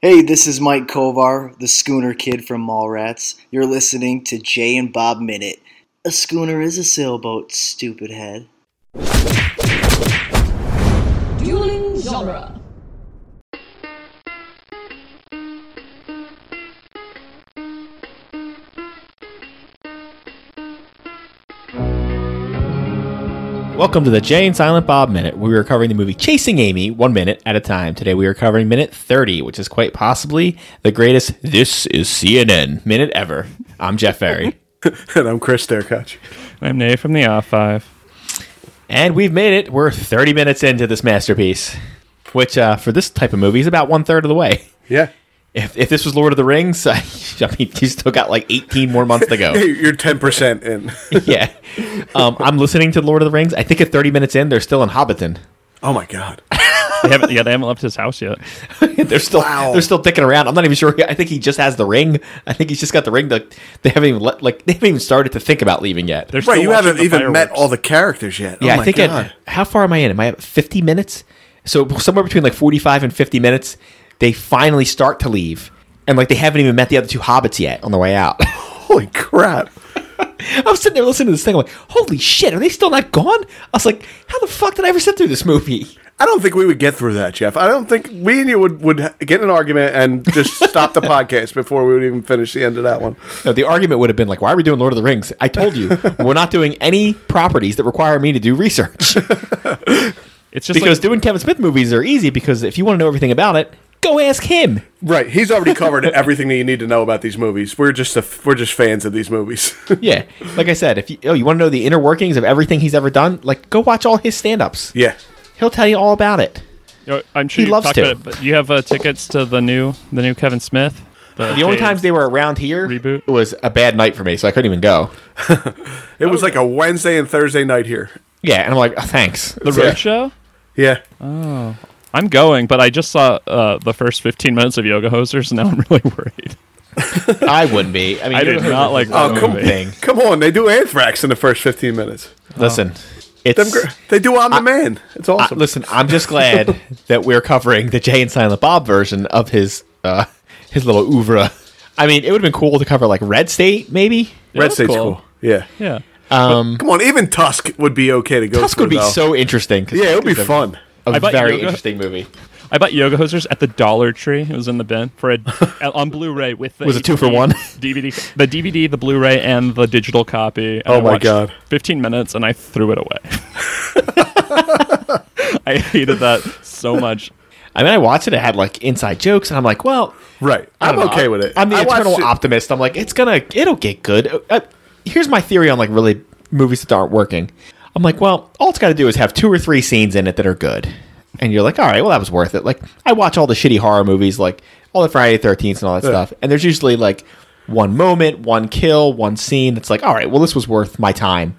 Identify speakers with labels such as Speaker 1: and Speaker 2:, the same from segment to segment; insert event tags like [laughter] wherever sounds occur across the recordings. Speaker 1: Hey, this is Mike Kovar, the Schooner Kid from Mallrats. You're listening to Jay and Bob Minute. A schooner is a sailboat, stupid head.
Speaker 2: Dueling genre.
Speaker 3: Welcome to the Jay and Silent Bob Minute, where we are covering the movie Chasing Amy one minute at a time. Today we are covering minute 30, which is quite possibly the greatest This is CNN minute ever. I'm Jeff Ferry,
Speaker 4: and I'm Chris Derkoch.
Speaker 5: I'm Nate from the Off Five.
Speaker 3: and we've made it. We're 30 minutes into this masterpiece, which uh, for this type of movie is about one third of the way.
Speaker 4: Yeah.
Speaker 3: If, if this was Lord of the Rings, [laughs] I, mean, you still got like 18 more months to
Speaker 4: [laughs]
Speaker 3: go.
Speaker 4: Hey, you're 10%
Speaker 5: [laughs]
Speaker 4: in.
Speaker 3: yeah. Um, I'm listening to Lord of the Rings. I think at 30 minutes in, they're still in Hobbiton.
Speaker 4: oh my God.
Speaker 5: They haven't, yeah, they haven't left his house yet.
Speaker 3: [laughs] they're still
Speaker 4: Wow.
Speaker 3: they're still dicking around. I'm not even sure. I think he just has the ring. I think he's just got the ring. That they haven't even let, like they haven't even started to think about leaving yet.
Speaker 5: They're
Speaker 4: Right.
Speaker 5: still
Speaker 4: You
Speaker 5: watching
Speaker 4: haven't
Speaker 5: the
Speaker 4: even met
Speaker 5: fireworks.
Speaker 4: all the characters yet.
Speaker 3: yeah,
Speaker 4: oh my
Speaker 3: I think
Speaker 4: God.
Speaker 3: at how far am I in? Am I at 50 minutes? So somewhere between like 45 and 50 minutes, they finally start to leave, and like they haven't even met the other two hobbits yet on their way out. [laughs]
Speaker 4: Holy crap.
Speaker 3: I'm sitting there listening to this thing. I'm like, holy shit, are they still not gone? I was like, how the fuck did I ever sit through this movie?
Speaker 4: I don't think we would get through that, Jeff. I don't think we and you would, would get in an argument and just stop
Speaker 5: [laughs]
Speaker 4: the podcast before we would even finish the end of that one.
Speaker 3: No, the argument would have been like, why are we doing Lord of the Rings? I told you, [laughs] we're not doing any properties that require me to do research.
Speaker 5: It's just
Speaker 3: because
Speaker 5: like,
Speaker 3: doing Kevin Smith movies are easy because if you want to know everything about it, go ask him.
Speaker 4: Right. He's already covered everything that you need to know about these movies. We're just a, we're just fans of these movies. [laughs]
Speaker 3: Yeah. Like I said, if you oh, you want to know the inner workings of everything he's ever done, like go watch all his stand-ups.
Speaker 4: yeah.
Speaker 3: He'll tell you all about it.
Speaker 5: you know, I'm sure
Speaker 3: he
Speaker 5: you
Speaker 3: loves
Speaker 5: talked
Speaker 3: to.
Speaker 5: about it, but you have uh, tickets to the new the new Kevin Smith.
Speaker 3: The only times they were around here
Speaker 5: Reboot.
Speaker 3: was a bad night for me, so I couldn't even go.
Speaker 4: It was like a Wednesday and Thursday night here.
Speaker 3: Yeah, and I'm like, oh, thanks.
Speaker 5: the
Speaker 4: Yeah.
Speaker 5: road show.
Speaker 4: Yeah.
Speaker 5: I'm going, but I just saw uh, the first 15 minutes of Yoga Hosers, and now I'm really [laughs] worried.
Speaker 3: I wouldn't be. I mean,
Speaker 5: I
Speaker 3: you
Speaker 5: did
Speaker 3: heard
Speaker 5: not
Speaker 3: the-
Speaker 5: like
Speaker 3: the
Speaker 5: that
Speaker 4: Oh, come,
Speaker 5: movie. [laughs]
Speaker 3: thing.
Speaker 4: come on. They do anthrax in the first 15 minutes.
Speaker 3: Listen,
Speaker 4: Them
Speaker 3: it's
Speaker 4: gr- they do on demand. It's
Speaker 3: I-
Speaker 4: awesome.
Speaker 3: listen. I'm just
Speaker 5: [laughs]
Speaker 3: glad that we're covering the Jay and Silent Bob version of his uh, his little oeuvre. I mean, it would have been cool to cover like Red State, maybe.
Speaker 4: Red
Speaker 5: that's
Speaker 4: State's
Speaker 5: cool.
Speaker 4: cool. Yeah.
Speaker 5: Yeah,
Speaker 4: Come on, even Tusk would be okay to go.
Speaker 3: Tusk would
Speaker 4: through,
Speaker 3: be
Speaker 4: though.
Speaker 3: so interesting. 'cause
Speaker 4: Yeah, it would be
Speaker 3: Tusk is a-
Speaker 4: fun.
Speaker 3: A
Speaker 5: I bet
Speaker 3: very
Speaker 5: yoga-
Speaker 3: interesting movie.
Speaker 5: I bought Yoga Hosers at the Dollar Tree. It was in the bin for
Speaker 3: [laughs]
Speaker 5: a on Blu-ray with the E
Speaker 3: Was it two for
Speaker 5: HD
Speaker 3: one?
Speaker 5: DVD, the DVD, the Blu-ray, and the digital copy. and
Speaker 4: Oh
Speaker 5: I
Speaker 4: my
Speaker 5: watched
Speaker 4: God.
Speaker 5: 15 minutes, and I threw
Speaker 3: [laughs]
Speaker 5: it away. I hated that so much.
Speaker 3: I mean, I watched it. It had like inside jokes, and I'm like, well,
Speaker 4: Right,
Speaker 3: I
Speaker 4: I'm
Speaker 3: don't know.
Speaker 4: okay with it.
Speaker 3: I'm the
Speaker 4: I watched
Speaker 3: eternal
Speaker 4: it-
Speaker 3: optimist. I'm like, it's gonna, it'll get good. Uh, here's my theory on like really movies that aren't working. I'm like, well, all it's got to do is have two or three scenes in it that are good, and you're like, all right, well, that was worth it. Like, I watch all the shitty horror movies, like all the Friday Thirteenth and all that stuff, and there's usually like one moment, one kill, one scene. It's like, all right, well, this was worth my time.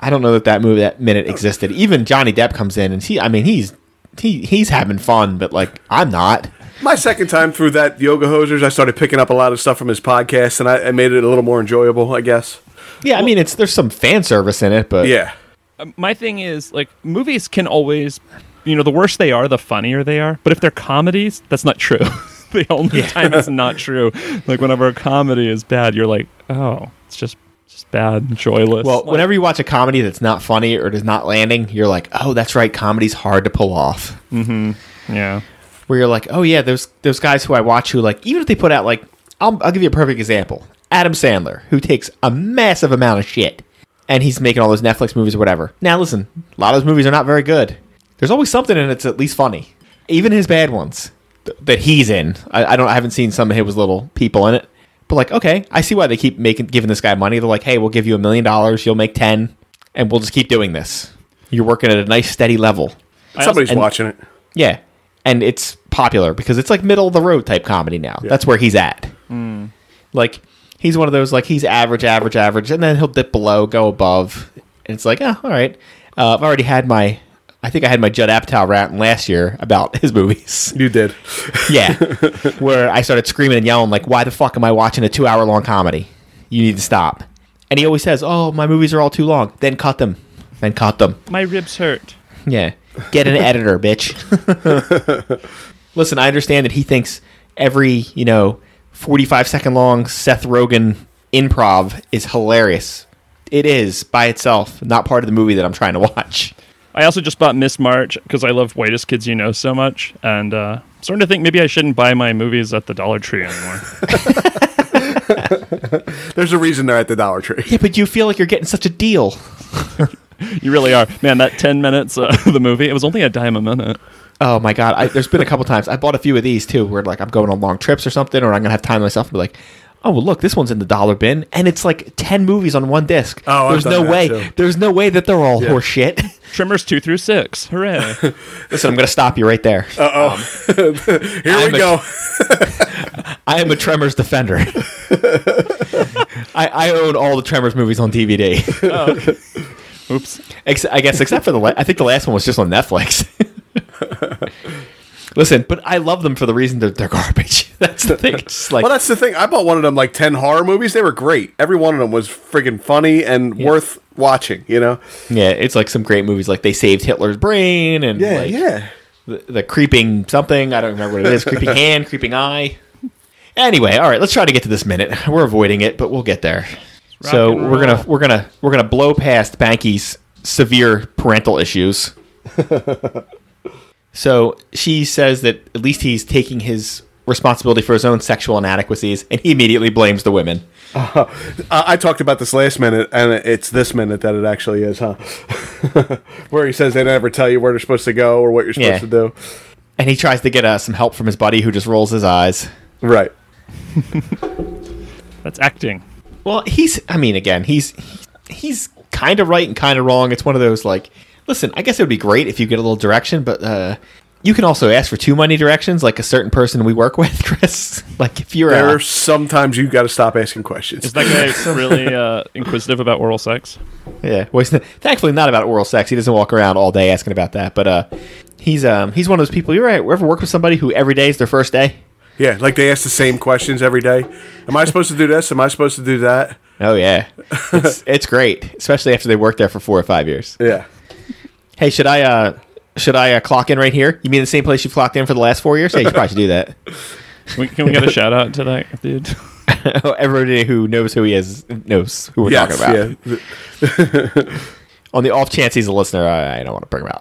Speaker 3: I don't know that that movie that minute existed. Even Johnny Depp comes in and he, I mean, he's he he's having fun, but like I'm not.
Speaker 4: My second time through that yoga hosers, I started picking up a lot of stuff from his podcast, and I, I made it a little more enjoyable, I guess.
Speaker 3: Yeah, I mean, it's there's some fan service in it, but
Speaker 4: Yeah,
Speaker 5: Um, my thing is like movies can always you know the worse they are the funnier they are but if they're comedies that's not true [laughs] the only time it's not true like whenever a comedy is bad you're like oh it's just just bad and joyless
Speaker 3: Well,
Speaker 5: Like,
Speaker 3: whenever you watch a comedy that's not funny or is not landing, you're like, oh, that's right, comedy's hard to pull off.
Speaker 5: yeah
Speaker 3: Where you're like, oh yeah, those those guys who I watch who like even if they put out like, I'll, I'll give you a perfect example, Adam Sandler, who takes a massive amount of shit, and he's making all those Netflix movies or whatever. Now listen, a lot of those movies are not very good. There's always something in it that's at least funny, even his bad ones th- that he's in. I, I don't, I haven't seen some of his little people in it. But like, okay, I see why they keep making giving this guy money. They're like, hey, we'll give you a million dollars, you'll make ten, and we'll just keep doing this. You're working at a nice steady level.
Speaker 4: somebody's
Speaker 3: and-
Speaker 4: watching it.
Speaker 3: Yeah. And it's popular because it's like middle of the road type comedy now. That's where he's at. Like he's one of those like he's average, average, average, and then he'll dip below, go above, and it's like, oh, all right. Uh, I've already had my, I think I had my Judd Apatow rant last year about his
Speaker 4: [laughs]
Speaker 3: movies.
Speaker 4: You did.
Speaker 3: yeah, where I started screaming and yelling like, why the fuck am I watching a two-hour long comedy? You need to stop. And he always says, oh, my movies are all too long. Then cut them. Then cut them.
Speaker 5: my ribs hurt
Speaker 3: [laughs] Yeah. Get an editor, bitch. Listen, I understand that he thinks every you know forty five second long Seth Rogen improv is hilarious. It is by itself, not part of the movie that I'm trying to watch.
Speaker 5: I also just bought Miss March because I love Whitest Kids You Know so much, and uh, I'm starting to think maybe I shouldn't buy my movies at the Dollar Tree anymore.
Speaker 4: There's a reason they're at the Dollar Tree. [laughs]
Speaker 3: Yeah, but you feel like you're getting such a deal.
Speaker 5: you really are, man. That ten minutes uh, of the movie, it was only a dime a minute.
Speaker 3: Oh my god! I, there's been a couple times I bought a few of these too, where like I'm going on long trips or something, or I'm gonna have time to myself and be like, oh well, look, this one's in the dollar bin, and it's like ten movies on one disc.
Speaker 4: Oh, I've
Speaker 3: there's
Speaker 4: done
Speaker 3: no
Speaker 4: that,
Speaker 3: way,
Speaker 4: too.
Speaker 3: there's no way that they're all
Speaker 4: Yeah.
Speaker 3: [laughs] horseshit.
Speaker 5: Trimmers two through six, hooray!
Speaker 3: Listen, I'm gonna stop you right there.
Speaker 4: Here
Speaker 3: I'm
Speaker 4: we
Speaker 3: a- [laughs]
Speaker 4: go.
Speaker 3: I am a Tremors
Speaker 4: [laughs]
Speaker 3: defender. I, I own all the Tremors movies on DVD.
Speaker 4: Oh,
Speaker 5: Oops.
Speaker 3: Ex- I guess except for the la- I think the last one was just on
Speaker 4: [laughs]
Speaker 3: Netflix. Listen, but I love them for the reason that they're garbage. [laughs] That's the thing. It's just like
Speaker 4: Well, that's the thing. I bought one of them like ten horror movies. They were great. Every one of them was friggin' funny and worth watching. You know?
Speaker 3: Yeah, it's like some great movies, like they saved Hitler's brain and like The, the creeping something. I don't remember what it is. creeping hand, creeping eye. Anyway, all right, let's try to get to this minute. We're avoiding it, but we'll get there. so
Speaker 5: and
Speaker 3: we're gonna we're gonna we're gonna blow past Banky's severe parental issues. so she says that at least he's taking his responsibility for his own sexual inadequacies, and he immediately blames the women.
Speaker 4: Uh, I-, I talked about this last minute, and it's this minute that it actually is, huh? [laughs] where he says they never tell you where they're supposed to go or what you're supposed
Speaker 3: Yeah.
Speaker 4: to do.
Speaker 3: And he tries to get uh, some help from his buddy, who just rolls his eyes.
Speaker 4: Right.
Speaker 5: That's acting.
Speaker 3: Well, he's. I mean, again, he's he's kind of right and kind of wrong. It's one of those like, listen, I guess it would be great if you get a little direction, but uh, you can also ask for too many directions, like a certain person we work [laughs] with, Chris. Like if you're
Speaker 4: There
Speaker 3: uh,
Speaker 4: are sometimes you got to stop asking questions.
Speaker 5: Is that guy really uh, inquisitive about oral sex?
Speaker 3: yeah, well, he's not- thankfully not about oral sex. He doesn't walk around all day asking about that, but uh, he's um he's one of those people. You're right. Ever work with somebody who every day is their first day?
Speaker 4: yeah, like they ask the same questions every day. Am I supposed to do this? Am I supposed to do that?
Speaker 3: Oh yeah, it's, it's great, especially after they worked there for four or five years.
Speaker 4: Yeah.
Speaker 3: Hey, should I uh should I uh, clock in right here? You mean the same place you've clocked in for the last four years? Yeah, you probably should do that.
Speaker 5: Can we, can we get a shout out to that dude?
Speaker 3: [laughs] Everybody who knows who he is knows who we're
Speaker 4: Yes,
Speaker 3: talking about.
Speaker 4: yeah. Th-
Speaker 3: On the off chance he's a listener, I, I don't want to bring him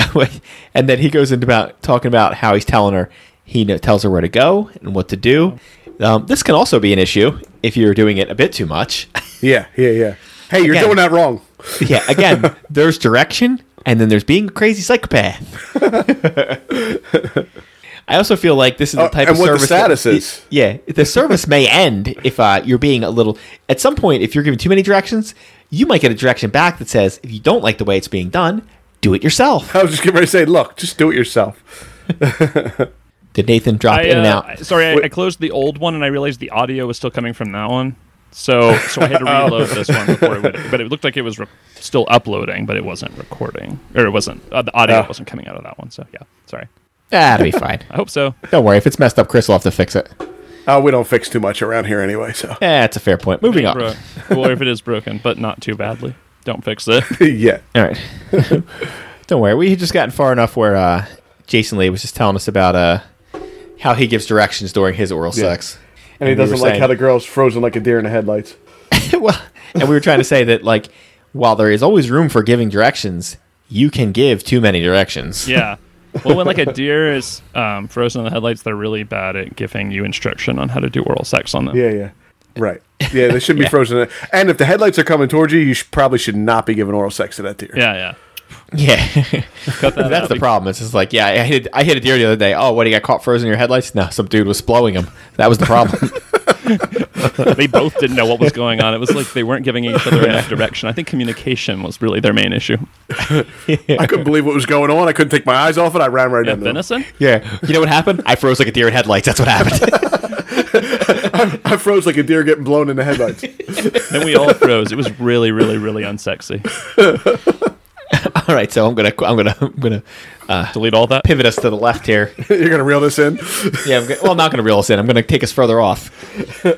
Speaker 3: out.
Speaker 4: [laughs]
Speaker 3: Wait, [laughs] and then he goes into about talking about how he's telling her he kno- tells her where to go and what to do. Um, this can also be an issue if you're doing it a bit too much. [laughs]
Speaker 4: Yeah, yeah, yeah. Hey, you're
Speaker 3: Again.
Speaker 4: doing that wrong. [laughs]
Speaker 3: yeah, again, [laughs] there's direction, and then there's being a crazy psychopath. [laughs] I also feel like this is the
Speaker 4: Uh,
Speaker 3: type
Speaker 4: and
Speaker 3: of
Speaker 4: what the
Speaker 3: service
Speaker 4: status
Speaker 3: that,
Speaker 4: is.
Speaker 3: Yeah, the service may end if uh, you're being a little. At some point, if you're giving too many directions, you might get a direction back that says, "If you don't like the way it's being done, do it yourself."
Speaker 4: I was just getting ready to say, look, just do it yourself.
Speaker 3: Did Nathan drop
Speaker 5: I,
Speaker 3: in and
Speaker 5: uh,
Speaker 3: out?
Speaker 5: I- sorry, I, I closed the old one and I realized the audio was still coming from that one. So, so I had to
Speaker 3: [laughs] Oh.
Speaker 5: reload this one before it would, but it looked like it was re- still uploading, but it wasn't recording, or it wasn't uh, the audio
Speaker 3: Oh.
Speaker 4: Ah.
Speaker 5: wasn't coming out of that one. So yeah, sorry.
Speaker 3: That'll be fine.
Speaker 5: I hope so.
Speaker 3: Don't worry. If it's messed up, Chris will have to fix it.
Speaker 4: Uh, we don't fix too much around here anyway, so. [laughs]
Speaker 3: Yeah, that's a fair point. Moving on.
Speaker 5: Bro- or if it is broken, but not too badly. Don't fix
Speaker 3: [laughs]
Speaker 5: it.
Speaker 4: yeah.
Speaker 3: All right. Don't worry. We had just gotten far enough where uh, Jason Lee was just telling us about uh, how he gives directions during his oral sex. [laughs]
Speaker 4: And he
Speaker 3: we were
Speaker 4: doesn't like
Speaker 3: saying-
Speaker 4: how the girl's frozen like a deer in the headlights.
Speaker 3: well, and we were trying to say that, like, while there is always room for giving directions, you can give too many directions.
Speaker 5: Yeah. Well, when like a deer is um, frozen in the headlights, they're really bad at giving you instruction on how to do oral sex on them.
Speaker 4: Yeah, yeah. Right. Yeah, they
Speaker 5: [laughs]
Speaker 4: shouldn't be frozen. And if the headlights are coming towards you, you should, probably should not be giving oral sex to that deer.
Speaker 5: Yeah, yeah.
Speaker 3: [laughs] Yeah.
Speaker 5: that
Speaker 3: That's
Speaker 5: out.
Speaker 3: the problem. It's just like, yeah, I hit, I hit a deer the other day. Oh, what? He got caught frozen in your headlights? No, some dude was blowing him. That was the
Speaker 5: [laughs]
Speaker 3: problem.
Speaker 5: they both didn't know what
Speaker 3: [laughs]
Speaker 5: was going on. It was like they weren't giving each other enough direction. I think communication was really their main issue.
Speaker 4: I couldn't believe what was going on. I couldn't take my eyes off it. I ran right
Speaker 5: Yeah,
Speaker 4: into them.
Speaker 5: venison.
Speaker 3: yeah. You know what happened? I froze like a deer in headlights. That's what happened. [laughs]
Speaker 4: I froze like a deer getting blown in the
Speaker 5: [laughs]
Speaker 4: headlights. [laughs]
Speaker 5: Then we all froze. It was really, really, really unsexy.
Speaker 3: All right. So I'm going to, I'm going to, I'm going to
Speaker 5: Delete all that.
Speaker 3: pivot us to the left here.
Speaker 4: You're going to reel this in?
Speaker 3: Yeah, I'm go- well, I'm not going to reel us in. I'm going to take us further off.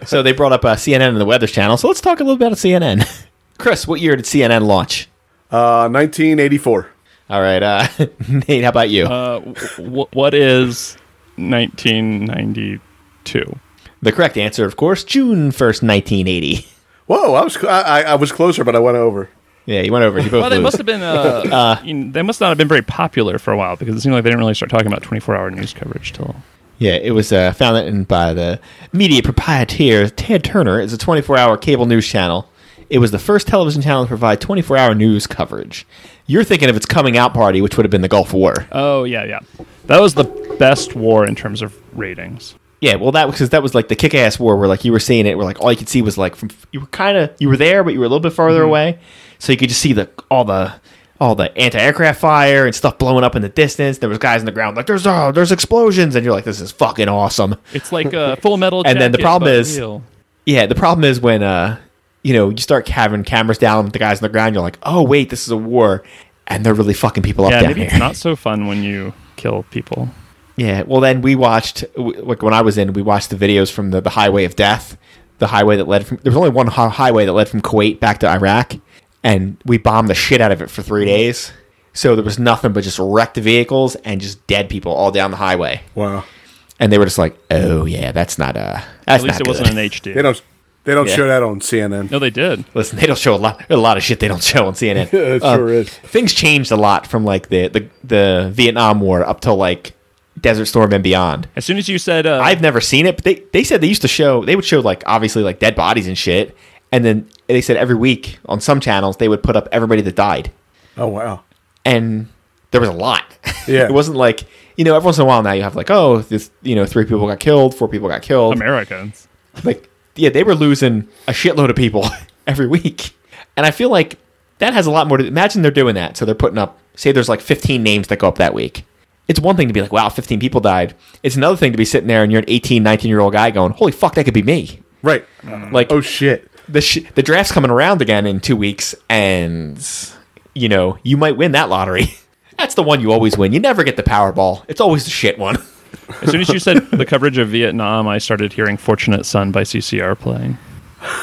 Speaker 3: So they brought up uh, CNN and the Weather Channel. So let's talk a little bit about CNN. [laughs] Chris, what year did CNN launch?
Speaker 4: Uh, 1984.
Speaker 3: [laughs] All right, uh, Nate, how about you?
Speaker 5: Uh, w- w- what is 1992.
Speaker 3: The correct answer, of course, June 1st, 1980.
Speaker 4: Whoa, I was cl- I, I I was closer, but I went over.
Speaker 3: Yeah, you went over. You both
Speaker 5: [laughs] Well, they
Speaker 3: lose.
Speaker 5: must have been. Uh,
Speaker 3: [laughs]
Speaker 5: you know, they must not have been very popular for a while because it seemed like they didn't really start talking about 24-hour news coverage till.
Speaker 3: Yeah, it was uh, founded in- by the media proprietor Ted Turner. It's a 24-hour cable news channel. It was the first television channel to provide 24-hour news coverage. You're thinking of its coming out party, which would have been the Gulf War.
Speaker 5: Oh yeah, yeah. That was the best war in terms of ratings.
Speaker 3: Yeah, well, that because that was like the kick-ass war where like you were seeing it, where like all you could see was like from you were kind of you were there, but you were a little bit farther
Speaker 5: Mm-hmm.
Speaker 3: away, so you could just see the all the all the anti-aircraft fire and stuff blowing up in the distance. There was guys on the ground like there's oh there's explosions, and you're like this is fucking awesome.
Speaker 5: It's like
Speaker 3: [laughs]
Speaker 5: a Full Metal.
Speaker 3: And then the
Speaker 5: Jacket,
Speaker 3: problem
Speaker 5: but
Speaker 3: is-
Speaker 5: real.
Speaker 3: Yeah, the problem is when uh you know you start having cameras down with the guys on the ground, you're like oh wait this is a war, and they're really fucking people up
Speaker 5: yeah,
Speaker 3: down
Speaker 5: maybe
Speaker 3: here.
Speaker 5: it's not so fun when you kill people.
Speaker 3: Yeah. Well, then we watched w- like when I was in, we watched the videos from the, the highway of death, the highway that led from. There was only one hi- highway that led from Kuwait back to Iraq, and we bombed the shit out of it for three days. So there was nothing but just wrecked vehicles and just dead people all down the highway,
Speaker 4: Wow,
Speaker 3: and they were just like, "Oh yeah, that's not uh, that's
Speaker 5: At least
Speaker 3: not
Speaker 5: it wasn't
Speaker 3: good."
Speaker 5: an HD.
Speaker 4: they don't they don't
Speaker 3: Yeah.
Speaker 4: show that on CNN.
Speaker 5: no, they did.
Speaker 3: [laughs] Listen, they don't show a lot a lot of shit they don't show on CNN.
Speaker 4: It sure is.
Speaker 3: Um, Things changed a lot from like the the, the Vietnam War up to like Desert Storm and beyond.
Speaker 5: As soon as you said, uh,
Speaker 3: I've never seen it, but they, they said they used to show they would show like obviously like dead bodies and shit, and then they said every week on some channels they would put up everybody that died,
Speaker 4: Oh wow.
Speaker 3: and there was a lot.
Speaker 4: Yeah.
Speaker 3: [laughs] it wasn't like you know every once in a while now you have like oh this you know three people got killed, four people got killed,
Speaker 5: Americans.
Speaker 3: like yeah they were losing a shitload of people [laughs] every week, and I feel like that has a lot more to imagine they're doing that, so they're putting up say there's like 15 names that go up that week. It's one thing to be like, wow, 15 people died. It's another thing to be sitting there and you're an 18, 19 year old guy going, holy fuck, that could be me.
Speaker 4: Right.
Speaker 5: Mm.
Speaker 3: Like,
Speaker 4: Oh shit.
Speaker 3: the sh- the draft's coming around again in two weeks, and you know you might win that lottery. [laughs] That's the one you always win. You never get the Powerball. It's always the shit one. [laughs]
Speaker 5: As soon as you said the coverage of Vietnam, I started hearing "Fortunate Son" by CCR playing.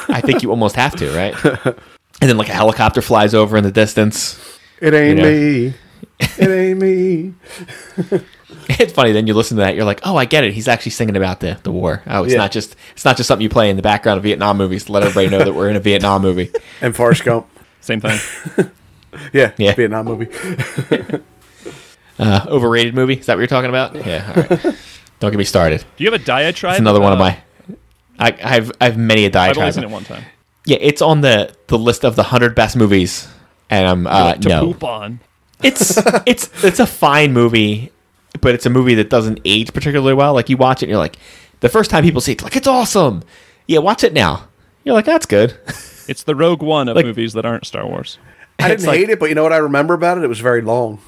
Speaker 3: I think you almost have to, right? And then like a helicopter flies over in the distance.
Speaker 4: It ain't
Speaker 3: You know.
Speaker 4: me. It ain't me.
Speaker 3: It's funny. Then you listen to that, you're like, oh, I get it. He's actually singing about the, the war. Oh, it's
Speaker 4: Yeah.
Speaker 3: not just it's not just something you play in the background of Vietnam movies to let everybody know that we're in a Vietnam movie.
Speaker 4: And Forrest
Speaker 5: [laughs]
Speaker 4: Gump.
Speaker 5: Same thing.
Speaker 4: Yeah.
Speaker 3: Yeah.
Speaker 4: Vietnam movie.
Speaker 3: Uh, overrated movie. Is that what you're talking about? Yeah. All right. Don't get me started.
Speaker 5: Do you have a diatribe?
Speaker 3: It's another one of
Speaker 5: Uh,
Speaker 3: my. I, I've I've many a
Speaker 5: I've
Speaker 3: diatribe.
Speaker 5: only seen it one time.
Speaker 3: Yeah, it's on the the list of the hundred best movies, and I'm uh,
Speaker 5: to
Speaker 3: no.
Speaker 5: poop on.
Speaker 3: It's it's it's a fine movie, but it's a movie that doesn't age particularly well. Like you watch it, and you're like, the first time people see it, it's like it's awesome. Yeah, watch it now. You're like, that's good.
Speaker 5: It's the Rogue One of
Speaker 3: Like-
Speaker 5: movies that aren't Star Wars.
Speaker 4: I
Speaker 3: It's
Speaker 4: didn't
Speaker 3: like-
Speaker 4: hate it, but you know what I remember about it? It was very long.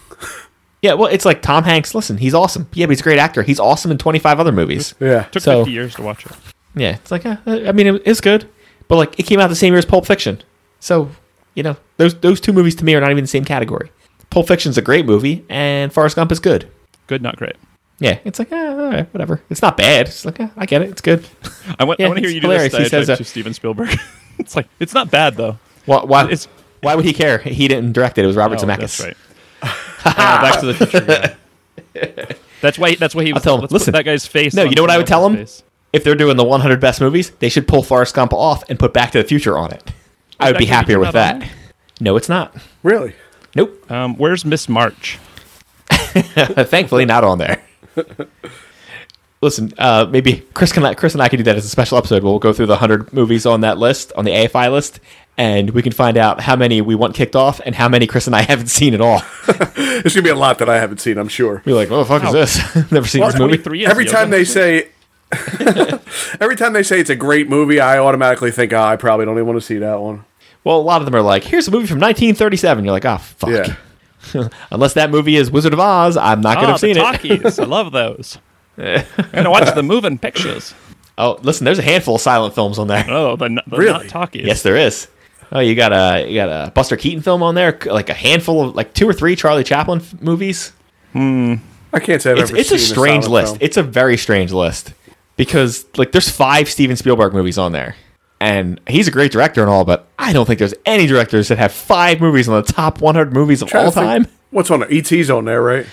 Speaker 3: Yeah, well, it's like Tom Hanks. Listen, he's awesome. Yeah, but he's a great actor. He's awesome in 25 other movies.
Speaker 4: Yeah.
Speaker 5: Took
Speaker 3: So-
Speaker 5: 50 years to watch it.
Speaker 3: Yeah, it's like, eh, I mean, it- it's good, but like it came out the same year as Pulp Fiction, so you know those those two movies to me are not even the same category. Pulp Fiction's a great movie, and Forrest Gump is good.
Speaker 5: Good, not great.
Speaker 3: Yeah, it's like, ah, all right, whatever. It's not bad. It's like, ah, I get it. It's good.
Speaker 5: I want,
Speaker 3: Yeah,
Speaker 5: I want to hear
Speaker 3: it's
Speaker 5: you
Speaker 3: hilarious.
Speaker 5: do
Speaker 3: He
Speaker 5: this diatribe
Speaker 3: says, uh,
Speaker 5: to Steven Spielberg. [laughs] it's like it's not bad though.
Speaker 3: [laughs] Why? Why,
Speaker 5: It's-
Speaker 3: why would he care? He didn't direct it. It was Robert
Speaker 5: Oh,
Speaker 3: Zemeckis. [laughs]
Speaker 5: that's right. Ah, back to the future. Guy. That's why. That's why he was.
Speaker 3: tell him,
Speaker 5: let's
Speaker 3: "Listen."
Speaker 5: put that guy's face.
Speaker 3: No,
Speaker 5: on
Speaker 3: you know what I would tell him?
Speaker 5: his face."
Speaker 3: If they're doing the 100 best movies, they should pull Forrest Gump off and put Back to the Future on it. I would be
Speaker 5: Back to the Future
Speaker 3: happier with
Speaker 5: not on
Speaker 3: that. No, it's not.
Speaker 4: Really?
Speaker 3: Nope.
Speaker 5: Um, where's Miss March?
Speaker 3: [laughs] Thankfully, not on there. [laughs] Listen, uh, maybe Chris can Chris and I could do that as a special episode. We'll go through the hundred movies on that list on the AFI list, and we can find out how many we want kicked off and how many Chris and I [laughs] haven't seen at all.
Speaker 4: There's gonna be a lot that I haven't seen, I'm sure.
Speaker 3: We're like, what the fuck
Speaker 5: Wow.
Speaker 3: is this? [laughs] Never seen
Speaker 4: Well,
Speaker 3: this movie.
Speaker 5: 23 is
Speaker 4: Every
Speaker 5: the
Speaker 4: time
Speaker 5: other-
Speaker 3: [laughs]
Speaker 4: they say [laughs] every time they say it's a great movie, I automatically think, oh, I probably don't even want to see that one.
Speaker 3: Well, a lot of them are like, here's a movie from 1937. You're like, ah, fuck.
Speaker 4: Yeah.
Speaker 3: Unless that movie is Wizard of Oz, I'm not going to
Speaker 5: Ah,
Speaker 3: have seen
Speaker 5: the
Speaker 3: it.
Speaker 5: talkies. I
Speaker 4: [laughs]
Speaker 5: love those. I'm gonna watch the moving pictures.
Speaker 3: Oh, listen, there's a handful of silent films on there. [laughs]
Speaker 5: Oh, the, n- the not
Speaker 4: Really?
Speaker 5: talkies.
Speaker 3: Yes, there is. Oh, you got a you got a Buster Keaton film on there, c- like a handful of like two or three Charlie Chaplin f- movies.
Speaker 4: I can't say I've
Speaker 3: It's
Speaker 4: ever
Speaker 3: it's a
Speaker 4: seen
Speaker 3: strange
Speaker 4: silent
Speaker 3: list.
Speaker 4: film.
Speaker 3: It's a very strange list because like there's five Steven Spielberg movies on there, and he's a great director and all, but I don't think there's any directors that have five movies on the top 100 movies of
Speaker 4: Trying
Speaker 3: all
Speaker 4: to think-
Speaker 3: time.
Speaker 4: What's on there? ET's on there, right?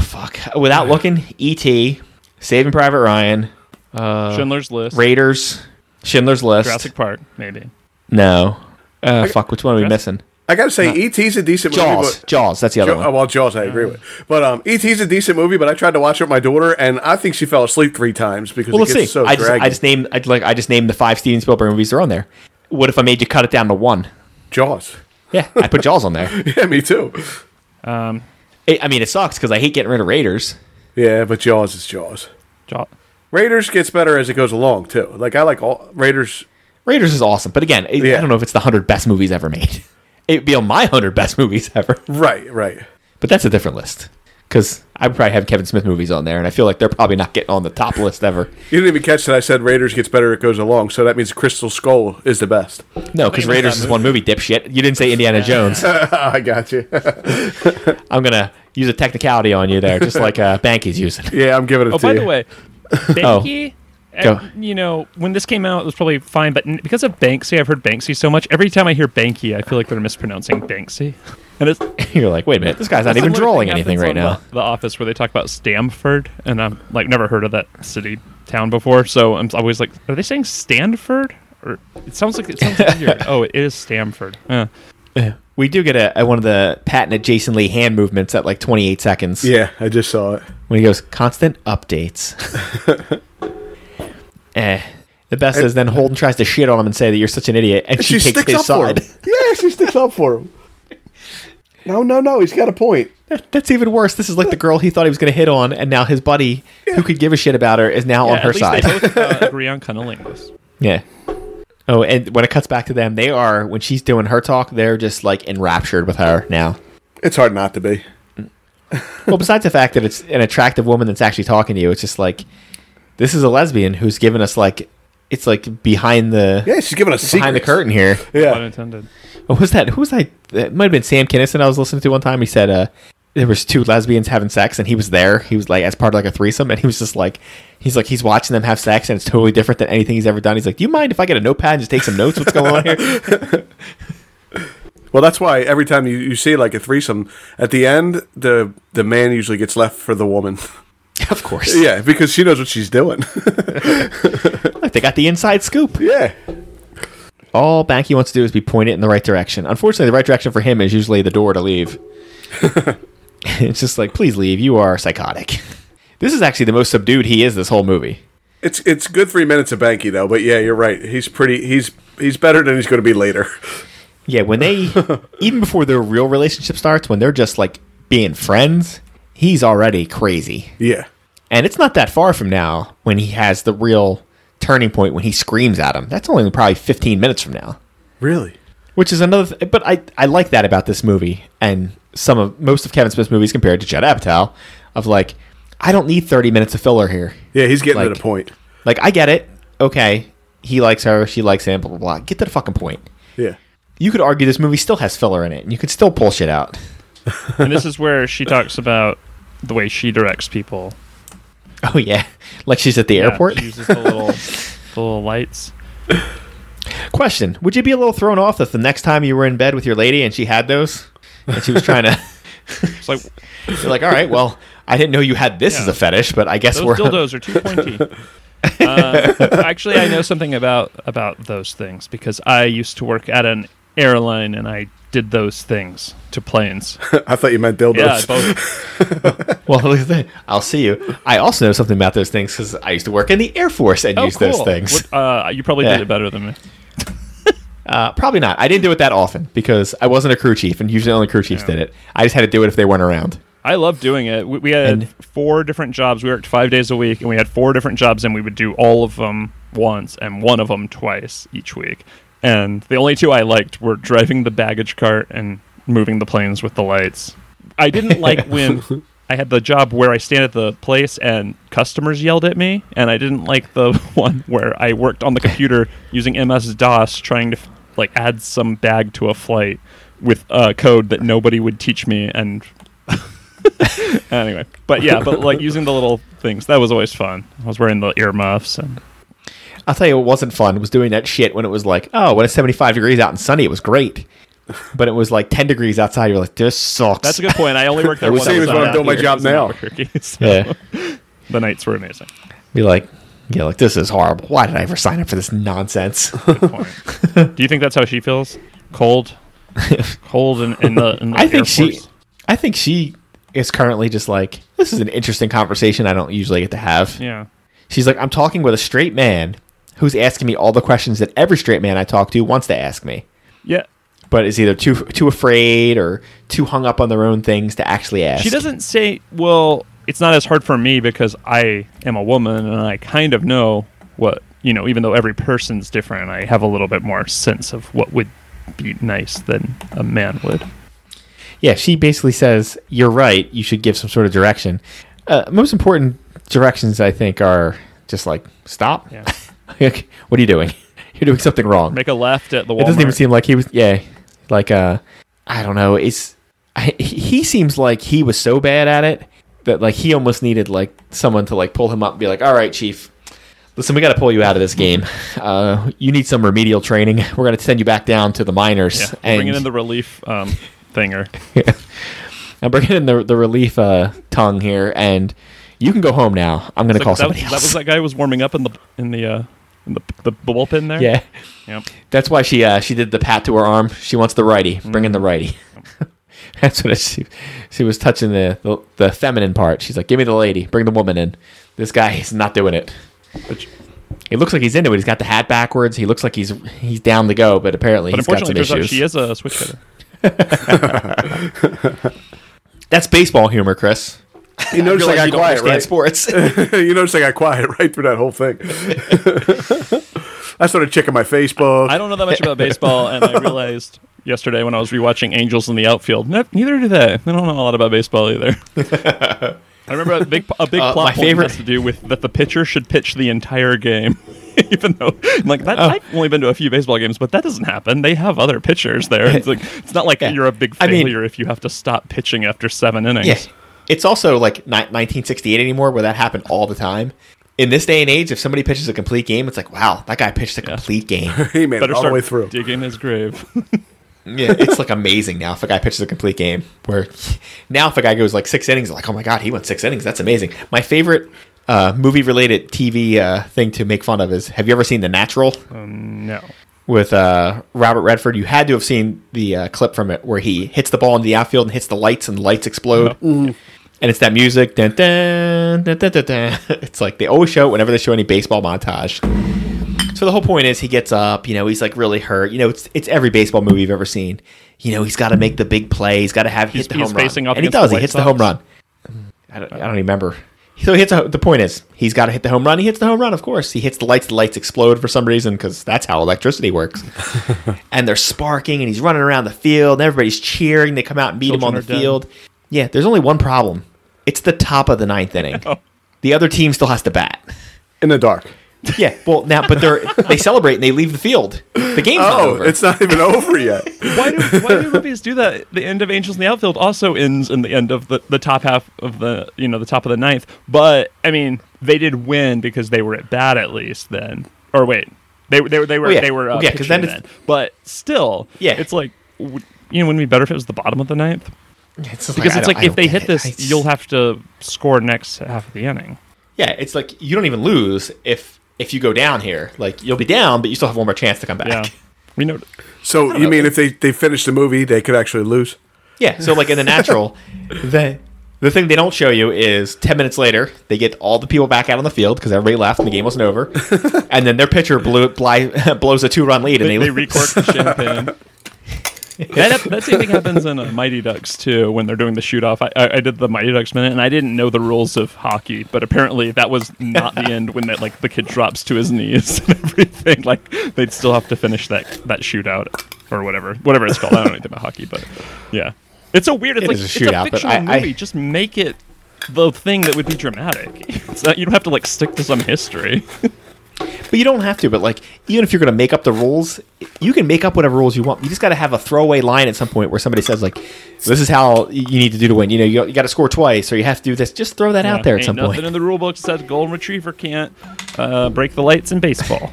Speaker 3: fuck. Without looking, E.T., E Saving Private Ryan,
Speaker 5: Schindler's List,
Speaker 3: Raiders, Schindler's List.
Speaker 5: Jurassic Park, maybe.
Speaker 3: No. Uh, fuck, which one are we
Speaker 5: Jurassic-
Speaker 3: missing?
Speaker 4: I gotta say, ET's a decent movie.
Speaker 3: Jaws.
Speaker 4: but-
Speaker 3: Jaws. That's the other
Speaker 4: Jo- oh,
Speaker 3: one.
Speaker 4: well, Jaws, I agree with. But um, E.T.'s a decent movie, but I tried to watch it with my daughter, and I think she fell asleep three times because
Speaker 3: Well,
Speaker 4: it
Speaker 3: let's
Speaker 4: gets
Speaker 3: see.
Speaker 4: so
Speaker 3: I just
Speaker 4: draggy.
Speaker 3: I just named I like I just named the five Steven Spielberg movies that are on there. What if I made you cut it down to one?
Speaker 4: Jaws. [laughs]
Speaker 3: Yeah, I put Jaws on there.
Speaker 4: Yeah, me too.
Speaker 3: I- I mean, it sucks because I hate getting rid of Raiders.
Speaker 4: Yeah, but Jaws is Jaws.
Speaker 5: Jo-
Speaker 4: Raiders gets better as it goes along too. Like I like all Raiders.
Speaker 3: Raiders is awesome, but again, I- I
Speaker 4: Yeah.
Speaker 3: don't know if it's the hundred best movies ever made. [laughs] It'd be on my hundred best [laughs] movies ever,
Speaker 4: Right, right.
Speaker 3: but that's a different list because I would probably have Kevin Smith movies on there, and I feel like they're probably not getting on the top list
Speaker 4: [laughs]
Speaker 3: ever.
Speaker 4: You didn't even catch that I said Raiders gets better as it goes along, so that means Crystal Skull is the best.
Speaker 3: No, because Raiders is one movie, dipshit. You didn't say Indiana
Speaker 4: [laughs]
Speaker 3: Jones.
Speaker 4: [laughs] I got you. [laughs]
Speaker 3: I'm gonna use a technicality on you there, just like
Speaker 4: [laughs]
Speaker 3: uh, Banky's using. [laughs]
Speaker 4: yeah, I'm giving it
Speaker 5: Oh,
Speaker 4: to
Speaker 5: by
Speaker 4: you. [laughs]
Speaker 5: the way, Banksy.
Speaker 3: Oh. Go.
Speaker 5: and, you know, when this came out, it was probably fine, but n- because of Banksy, I've heard Banksy so much. Every time I hear Banky, I feel like they're mispronouncing Banksy. [laughs] And it's
Speaker 3: You're like, wait a minute, this guy's not even
Speaker 5: similar
Speaker 3: drawing
Speaker 5: thing
Speaker 3: anything right
Speaker 5: happens on
Speaker 3: now.
Speaker 5: The, The office where they talk about Stamford, and I'm like never heard of that city town before, so I'm always like, are they saying Stanford? Or it sounds like it
Speaker 3: [laughs]
Speaker 5: sounds weird. oh, it is Stamford. Uh,
Speaker 3: We do get a, a one of the patented Jason Lee hand movements at like 28 seconds.
Speaker 4: yeah, I just saw it.
Speaker 3: when he goes constant
Speaker 4: [laughs]
Speaker 3: updates. eh. The best is then Holden tries to shit on him and say that you're such an idiot, and she,
Speaker 4: She,
Speaker 3: takes
Speaker 4: sticks
Speaker 3: his
Speaker 4: up
Speaker 3: side.
Speaker 4: for him. Yeah, she sticks up for him. No, no, no. He's got a point.
Speaker 3: [laughs] That's even worse. This is like the girl he thought he was going to hit on, and now his buddy, who could give a shit about her, is now on
Speaker 5: yeah,
Speaker 3: her
Speaker 5: at least
Speaker 3: side.
Speaker 5: they both uh, agree on cunnilingus.
Speaker 3: [laughs] yeah. Oh, and when it cuts back to them, they are when she's doing her talk, they're just like enraptured with her now.
Speaker 4: It's hard not to be.
Speaker 3: well, besides the fact that it's an attractive woman that's actually talking to you, it's just like this is a lesbian who's given us like it's like behind the
Speaker 4: Yeah, she's giving us
Speaker 3: behind the
Speaker 4: secrets.
Speaker 3: curtain here.
Speaker 5: Pun
Speaker 4: Yeah,
Speaker 5: intended.
Speaker 3: What was that? Who was that? It might have been Sam Kinison I was listening to one time. He said uh, there was two lesbians having sex, and he was there. He was like as part of like a threesome, and he was just like, he's like he's watching them have sex, and it's totally different than anything he's ever done. He's like, do you mind if I get a notepad and just take some notes? What's going on
Speaker 4: [laughs]
Speaker 3: here?
Speaker 4: well, that's why every time you, you see like a threesome at the end, the the man usually gets left for the woman. [laughs]
Speaker 3: of course,
Speaker 4: yeah, because she knows what she's doing. [laughs]
Speaker 3: Like, they got the inside scoop.
Speaker 4: yeah,
Speaker 3: All Banky wants to do is be pointed in the right direction. Unfortunately, the right direction for him is usually the door to leave. it's just like, please leave. You are psychotic. [laughs] This is actually the most subdued he is this whole movie.
Speaker 4: it's it's good three minutes of Banky though. But yeah, you're right. He's pretty. He's he's better than he's going to be later. [laughs]
Speaker 3: Yeah, when they even before their real relationship starts, when they're just like being friends, he's already crazy.
Speaker 4: yeah,
Speaker 3: And it's not that far from now when he has the real turning point when he screams at him. That's only probably 15 minutes from now,
Speaker 4: really.
Speaker 3: which is another th- but I I like that about this movie and some of most of Kevin Smith's movies compared to Judd Apatow of like I don't need 30 minutes of filler here.
Speaker 4: Yeah, he's getting to
Speaker 3: Like-
Speaker 4: the point.
Speaker 3: Like I get it. Okay. He likes her, she likes him, blah blah blah. Get to the fucking point.
Speaker 4: Yeah,
Speaker 3: You could argue this movie still has filler in it and you could still pull shit out. [laughs]
Speaker 5: And this is where she talks about the way she directs people.
Speaker 3: Oh yeah, like she's at the
Speaker 5: Yeah,
Speaker 3: airport.
Speaker 5: She uses the little, the little lights.
Speaker 3: Question: Would you be a little thrown off if the next time you were in bed with your lady and she had those, and she was trying
Speaker 5: [laughs]
Speaker 3: to, [laughs]
Speaker 5: It's like
Speaker 3: you're like, all right, well, I didn't know you had this as
Speaker 5: Yeah.
Speaker 3: a fetish, but I guess
Speaker 5: Those
Speaker 3: we're
Speaker 5: dildos are too pointy.
Speaker 3: [laughs]
Speaker 5: Uh, actually, I know something about about those things because I used to work at an airline and I did those things to planes.
Speaker 3: [laughs]
Speaker 4: I thought you meant dildos.
Speaker 5: Yeah, both.
Speaker 3: well. [laughs] look at that. I'll see you. I also know something about those things because I used to work in the Air Force and
Speaker 5: Oh,
Speaker 3: use those
Speaker 5: cool.
Speaker 3: things.
Speaker 5: What- uh, you probably
Speaker 3: Yeah.
Speaker 5: did it better than me.
Speaker 3: Uh, probably not. I didn't do it that often because I wasn't a crew chief, and usually only crew chiefs did it. I just had to do it if they weren't around.
Speaker 5: I love doing it. We, we had
Speaker 3: And-
Speaker 5: four different jobs. We worked five days a week, and we had four different jobs, and we would do all of them once and one of them twice each week. And the only two I liked were driving the baggage cart and moving the planes with the lights. I didn't like when I had the job where I stand at the place and customers yelled at me, and I didn't like the [laughs] one where I worked on the computer using MS DOS trying to like add some bag to a flight with uh, code that nobody would teach me and [laughs] anyway, but yeah, but like using the little things that was always fun. I was wearing the earmuffs and
Speaker 3: I'll tell you what wasn't fun was doing that shit when it was like, oh, when it's 75 degrees out and sunny, it was
Speaker 5: [laughs]
Speaker 3: great. But it was like 10 degrees outside, you're like, this sucks.
Speaker 5: that's a good point. I only worked there
Speaker 3: It was
Speaker 5: once.
Speaker 3: the same
Speaker 5: I was
Speaker 3: as when
Speaker 5: out [laughs]
Speaker 3: I'm doing my
Speaker 5: here.
Speaker 4: job
Speaker 5: It was in
Speaker 4: now.
Speaker 5: Albuquerque,
Speaker 3: [laughs]
Speaker 5: so-
Speaker 3: Yeah.
Speaker 5: The nights were amazing.
Speaker 3: Be like, yeah, like this is horrible. Why did I ever sign up for this
Speaker 5: [laughs]
Speaker 3: nonsense?
Speaker 5: Point. Do you think that's how she feels?
Speaker 3: [laughs]
Speaker 5: Cold, cold, in, in the. In the
Speaker 3: I think
Speaker 5: Air
Speaker 3: she,
Speaker 5: Force?
Speaker 3: I think she is currently just like, this is an interesting conversation I don't usually get to have.
Speaker 5: Yeah.
Speaker 3: She's like, I'm talking with a straight man who's asking me all the questions that every straight man I talk to wants to ask me,
Speaker 5: Yeah.
Speaker 3: but is either too too afraid or too hung up on their own things to actually ask.
Speaker 5: She doesn't say, well, it's not as hard for me because I am a woman and I kind of know what, you know, even though every person's different, I have a little bit more sense of what would be nice than a man would.
Speaker 3: Yeah, she basically says, "You're right. You should give some sort of direction." Uh, most important directions, I think, are just like stop.
Speaker 5: Yeah.
Speaker 3: [laughs] Like, what are you doing? [laughs] You're doing something wrong.
Speaker 5: Make a left at the Walmart.
Speaker 3: It doesn't even seem like he was. Yeah, like uh, I don't know. It's I, he- he seems like he was so bad at it that like he almost needed like someone to like pull him up and be like, "All right, chief." Listen, we got to pull you out of this game. Uh, you need some remedial training. We're going to send you back down to the miners.
Speaker 5: Yeah.
Speaker 3: and
Speaker 5: Bringing in the relief um,
Speaker 3: [laughs]
Speaker 5: thinger.
Speaker 3: I'm bringing in the the relief uh, tongue here, and you can go home now. I'm gonna call
Speaker 5: that,
Speaker 3: somebody
Speaker 5: that
Speaker 3: else.
Speaker 5: was that guy was warming up in the in the uh, in the, the bullpen there.
Speaker 3: [laughs] yeah,
Speaker 5: Yep.
Speaker 3: that's why she uh, she did the pat to her arm. She wants the righty. Bring
Speaker 5: Mm-hmm.
Speaker 3: in the righty. [laughs] that's what she she was touching the, the the feminine part. She's like, give me the lady. Bring the woman in. This guy is not doing it. Which it looks like he's into it. He's got the hat backwards. He looks like he's he's down to go, but apparently
Speaker 5: But
Speaker 3: he's got
Speaker 5: unfortunately,
Speaker 3: some
Speaker 5: turns out
Speaker 3: issues.
Speaker 5: she is a switch hitter.
Speaker 3: That's baseball humor, Chris.
Speaker 4: You notice I
Speaker 3: Realize
Speaker 4: got
Speaker 3: you don't
Speaker 4: quiet,
Speaker 3: understand
Speaker 4: right?
Speaker 3: sports. [laughs]
Speaker 4: [laughs] you notice I got quiet [laughs] right through that whole thing. I started checking my Facebook.
Speaker 5: I don't know that much about baseball, and I realized yesterday when I was rewatching Angels in the Outfield. Ne- neither do they. They don't know a lot about baseball either. I remember a big a big
Speaker 3: Uh,
Speaker 5: plot
Speaker 3: my
Speaker 5: point
Speaker 3: favorite-
Speaker 5: has to do with that the pitcher should pitch the entire game. [laughs] Even though, I'm like that,
Speaker 3: Oh.
Speaker 5: I've only been to a few baseball games, but that doesn't happen. They have other pitchers there. It's like it's not like
Speaker 3: Yeah.
Speaker 5: you're a big
Speaker 3: I mean-
Speaker 5: failure if you have to stop pitching after seven innings.
Speaker 3: Yeah. It's also like ni- 1968 anymore where that happened all the time. In this day and age, if somebody pitches a complete game, it's like, wow, that guy pitched a complete
Speaker 5: [laughs]
Speaker 3: game.
Speaker 4: he made it
Speaker 5: Better
Speaker 4: all
Speaker 5: start
Speaker 4: the way through.
Speaker 5: digging his grave.
Speaker 3: yeah, it's like amazing now if a guy pitches a complete game. Where now if a guy goes like six innings, like, oh my God, he went six innings. That's amazing. My favorite uh, movie related TV uh, thing to make fun of is have you ever seen The Natural?
Speaker 5: no.
Speaker 3: with uh, Robert Redford. You had to have seen the uh, clip from it where he hits the ball into the outfield and hits the lights, and the lights explode. And it's that music. Dun, dun, dun, dun, dun, dun. [laughs] It's like they always show it whenever they show any baseball montage. So the whole point is he gets up, you know, he's like really hurt. You know, it's it's every baseball movie you've ever seen. You know, he's got to make the big play. He's got to have
Speaker 5: He's-
Speaker 3: hit the
Speaker 5: he's
Speaker 3: home
Speaker 5: facing
Speaker 3: run.
Speaker 5: up
Speaker 3: and he
Speaker 5: against the
Speaker 3: does. he
Speaker 5: White
Speaker 3: hits the home
Speaker 5: Sox.
Speaker 3: run. I don't, I don't remember. So he hits a, the point is he's got to hit the home run. He hits the home run, of course. He hits the lights. The lights explode for some reason because that's how electricity works. and they're sparking, and he's running around the field, and everybody's cheering. They come out and beat him on
Speaker 5: Children
Speaker 3: the
Speaker 5: are dead.
Speaker 3: field. Yeah, there's only one problem. It's the top of the ninth
Speaker 5: [laughs]
Speaker 3: inning.
Speaker 5: Oh.
Speaker 3: The other team still has to bat.
Speaker 4: In the dark.
Speaker 3: Yeah, well now, but they're they celebrate and they leave the field. The game's not
Speaker 4: Oh,
Speaker 3: over.
Speaker 4: it's not even [laughs] over yet.
Speaker 5: why do
Speaker 3: [laughs]
Speaker 5: why do movies do that? The end of Angels in the Outfield also ends in the end of the, the top half of the you know the top of the ninth. But I mean, they did win because they were at bat at least then. Or wait, they were- they were they were
Speaker 3: Oh, yeah.
Speaker 5: they were uh,
Speaker 3: Oh, yeah, 'cause
Speaker 5: pitching
Speaker 3: then it's-
Speaker 5: then. But still,
Speaker 3: Yeah.
Speaker 5: it's like w- you know, wouldn't it be better if it was the bottom of the ninth
Speaker 3: It's just
Speaker 5: because
Speaker 3: I
Speaker 5: it's
Speaker 3: don't-
Speaker 5: like
Speaker 3: I
Speaker 5: if
Speaker 3: don't
Speaker 5: they
Speaker 3: get
Speaker 5: hit
Speaker 3: it.
Speaker 5: this,
Speaker 3: I just-
Speaker 5: you'll have to score next half of the inning.
Speaker 3: yeah. It's like you don't even lose if if you go down here. Like you'll be down, but you still have one more chance to come back.
Speaker 5: Yeah,
Speaker 3: [laughs]
Speaker 5: we know.
Speaker 4: So you
Speaker 3: know.
Speaker 4: mean if they, they finish the movie, they could actually lose?
Speaker 3: Yeah. So like in the
Speaker 5: [laughs]
Speaker 3: natural, the the thing they don't show you is ten minutes later they get all the people back out on the field because everybody left and the game wasn't
Speaker 5: [laughs]
Speaker 3: over, and then their pitcher blew, bly, [laughs] blows a two run lead and
Speaker 5: They,
Speaker 3: they,
Speaker 5: they
Speaker 3: lose.
Speaker 5: recork the champagne. that, that same thing happens in uh, Mighty Ducks too when they're doing the shoot off. I, I, I did the Mighty Ducks minute and I didn't know the rules of hockey, but apparently that was not the end when that like the kid drops to his knees [laughs] and everything. Like they'd still have to finish that that shootout or whatever whatever it's called. I don't know anything about hockey, but yeah, it's a weird. It's
Speaker 3: It
Speaker 5: like
Speaker 3: is a
Speaker 5: it's a
Speaker 3: shootout, but
Speaker 5: fictional
Speaker 3: I- I-
Speaker 5: movie. Just make it the thing that would be dramatic. It's not, you don't have to like stick to some history.
Speaker 3: But you don't have to. But like, even if you're going to make up the rules, you can make up whatever rules you want. You just got to have a throwaway line at some point where somebody says like, "This is how y- you need to do to win." You know, you, you got to score twice, or you have to do this. Just throw that out
Speaker 5: Yeah,
Speaker 3: there at
Speaker 5: ain't
Speaker 3: some
Speaker 5: nothing
Speaker 3: point.
Speaker 5: in the rule book says golden retriever can't uh, break the lights in
Speaker 3: [laughs]
Speaker 5: baseball.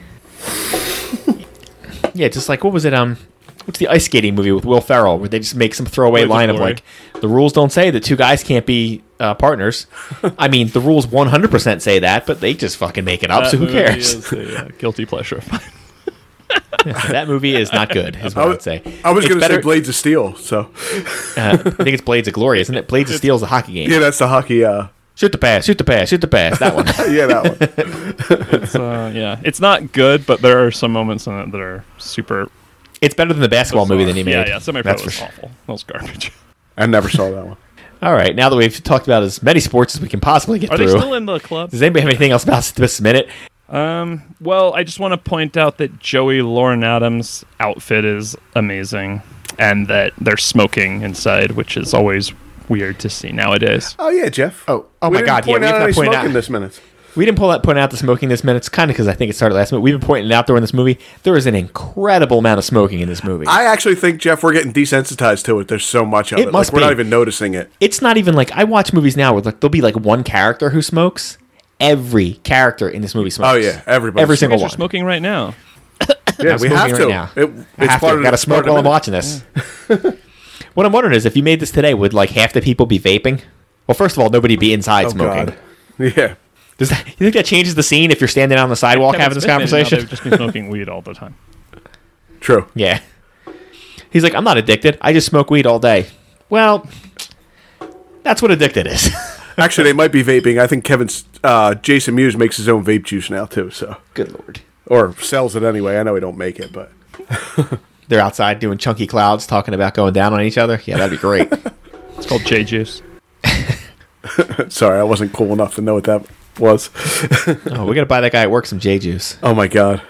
Speaker 3: yeah, just like what was it? Um, what's the ice skating movie with Will Ferrell where they just make some throwaway
Speaker 5: Blades of
Speaker 3: line of
Speaker 5: Glory.
Speaker 3: like, the rules don't say that two guys can't be uh,
Speaker 5: [laughs]
Speaker 3: partners. I mean, the rules 100% say that, but they just fucking make it up, so who
Speaker 5: movie
Speaker 3: cares?
Speaker 5: is a, uh, guilty pleasure. [laughs] of mine.
Speaker 3: [laughs] that movie is not good, is what I would say.
Speaker 4: I was
Speaker 3: It's
Speaker 4: going to say
Speaker 3: better-
Speaker 4: Blades of Steel. So
Speaker 3: uh, I think it's Blades of Glory, isn't it? Blades of Steel is a hockey game.
Speaker 4: yeah, that's the hockey. Uh,
Speaker 3: Shoot the pass, shoot the pass, shoot the pass. That
Speaker 5: [laughs]
Speaker 3: one.
Speaker 4: yeah, that one.
Speaker 5: It's, uh, yeah, it's not good, but there are some moments in it that are super.
Speaker 3: it's better than the basketball movie that he made.
Speaker 5: Yeah, yeah. Semi-pro
Speaker 3: That's
Speaker 5: was
Speaker 3: for sure.
Speaker 5: awful. That was garbage. [laughs]
Speaker 4: I never saw that one.
Speaker 3: All right, now that we've talked about as many sports as we can possibly get
Speaker 5: Are
Speaker 3: through,
Speaker 5: they still in the club?
Speaker 3: does anybody have anything else about this minute?
Speaker 5: Um, well, I just want to point out that Joey Lauren Adams' outfit is amazing, and that they're smoking inside, which is always weird to see nowadays.
Speaker 4: Oh yeah, Jeff.
Speaker 3: Oh, oh
Speaker 4: We
Speaker 3: my
Speaker 4: didn't
Speaker 3: God, yeah,
Speaker 4: Point
Speaker 3: we
Speaker 4: out
Speaker 3: have
Speaker 4: any
Speaker 3: to point
Speaker 4: smoking
Speaker 3: out-
Speaker 4: this minute.
Speaker 3: We didn't pull out, point out the smoking this minute. It's kind of because I think it started last minute. We've been pointing it out during this movie. There is an incredible amount of smoking in this movie.
Speaker 4: I actually think Jeff, we're getting desensitized to it. There's so much of
Speaker 3: It
Speaker 4: it.
Speaker 3: must
Speaker 4: like, We're not
Speaker 3: be.
Speaker 4: even noticing it.
Speaker 3: it's not even like I watch movies now where like there'll be like one character who smokes. Every character in this movie smokes.
Speaker 4: Oh, yeah, everybody
Speaker 3: Every
Speaker 4: smokes.
Speaker 3: single
Speaker 5: You guys are
Speaker 3: one.
Speaker 5: smoking right now.
Speaker 4: Yeah,
Speaker 3: I'm
Speaker 4: we
Speaker 3: smoking
Speaker 4: have
Speaker 3: right
Speaker 4: to.
Speaker 3: now.
Speaker 4: It,
Speaker 3: I
Speaker 4: it's
Speaker 3: have
Speaker 4: part
Speaker 3: to.
Speaker 4: of
Speaker 3: Gotta
Speaker 4: it's part
Speaker 3: smoke
Speaker 4: of the
Speaker 3: while I'm
Speaker 4: minute.
Speaker 3: watching this. [laughs] what I'm wondering is if you made this today, would like half the people be vaping? Well, first of all, nobody'd be inside smoking.
Speaker 4: Oh, God. Yeah.
Speaker 3: Does that, you think that changes the scene if you're standing on the sidewalk
Speaker 5: Kevin
Speaker 3: having this
Speaker 5: Smith made it, now
Speaker 3: conversation?
Speaker 5: They've just been smoking weed all the time.
Speaker 4: True.
Speaker 3: Yeah. He's like, I'm not addicted. I just smoke weed all day. Well, that's what addicted is. [laughs]
Speaker 4: Actually, they might be vaping. I think Kevin's uh, Jason Mewes makes his own vape juice now too. So
Speaker 3: Good lord.
Speaker 4: or sells it anyway. I know he don't make it, but
Speaker 3: They're outside doing chunky clouds, talking about going down on each other. Yeah, that'd be [laughs] great.
Speaker 5: It's called J Juice.
Speaker 4: sorry, I wasn't cool enough to know what that was. [laughs]
Speaker 3: oh, we gotta buy that guy at work some J juice.
Speaker 4: Oh my god.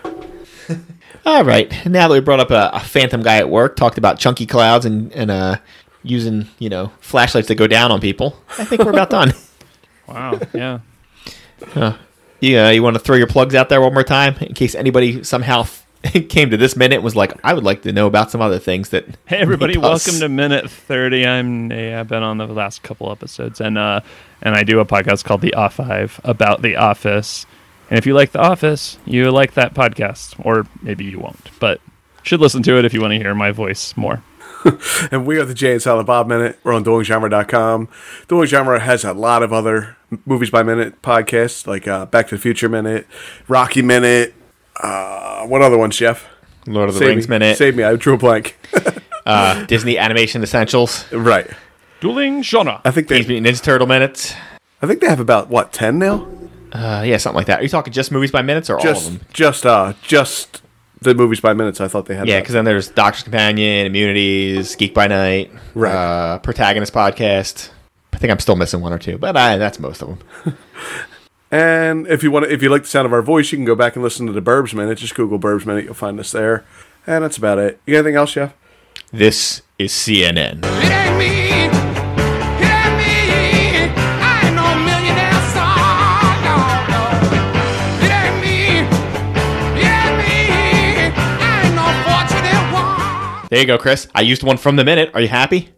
Speaker 3: All right. Now that we brought up a, a phantom guy at work, talked about chunky clouds and and uh, using you know flashlights to go down on people, I think we're about done.
Speaker 5: Wow. Yeah.
Speaker 3: Yeah, [laughs] you want to throw your plugs out there one more time in case anybody somehow [laughs] came to this minute and was like, I would like to know about some other things that.
Speaker 5: [laughs] Hey everybody,
Speaker 3: [laughs] make us-
Speaker 5: welcome to minute thirty. I'm Nay. I've been on the last couple episodes, and uh, and I do a podcast called The Off Five about The Office. And if you like The Office, you like that podcast, or maybe you won't, but should listen to it if you want to hear my voice more.
Speaker 4: And we are the Jay and Silent Bob Minute. We're on DuelingGenre.com. Dueling Genre has a lot of other movies by minute podcasts, like uh, Back to the Future Minute, Rocky Minute. Uh, what other ones, Jeff?
Speaker 3: Lord of the
Speaker 4: Save
Speaker 3: Rings
Speaker 4: me.
Speaker 3: minute,
Speaker 4: Save me. I drew a blank.
Speaker 3: uh, Disney Animation
Speaker 4: [laughs]
Speaker 3: Essentials,
Speaker 4: right.
Speaker 5: Dueling genre.
Speaker 4: I think
Speaker 3: Teenage
Speaker 4: they.
Speaker 3: Mutant Ninja Turtle minutes.
Speaker 4: I think they have about what ten now.
Speaker 3: Uh, yeah, something like that. Are you talking just movies by minutes or all of
Speaker 4: Just,
Speaker 3: them?
Speaker 4: just, uh, just the movies by minutes. I thought they had.
Speaker 3: Yeah,
Speaker 4: that.
Speaker 3: because then there's Doctor's Companion, Immunities, Geek by Night,
Speaker 4: Right.
Speaker 3: uh, Protagonist Podcast. I think I'm still missing one or two, but I, that's most of them.
Speaker 4: And if you want, to, if you like the sound of our voice, you can go back and listen to the Burbs Minute. Just Google Burbs Minute, you'll find us there. And that's about it. You got anything else, Jeff?
Speaker 3: This is CNN.
Speaker 6: It ain't me. It ain't me. I ain't no millionaire star. No, no. It ain't me. It ain't me. I ain't no fortunate one.
Speaker 3: There you go, Chris. I used one from the minute. Are you happy?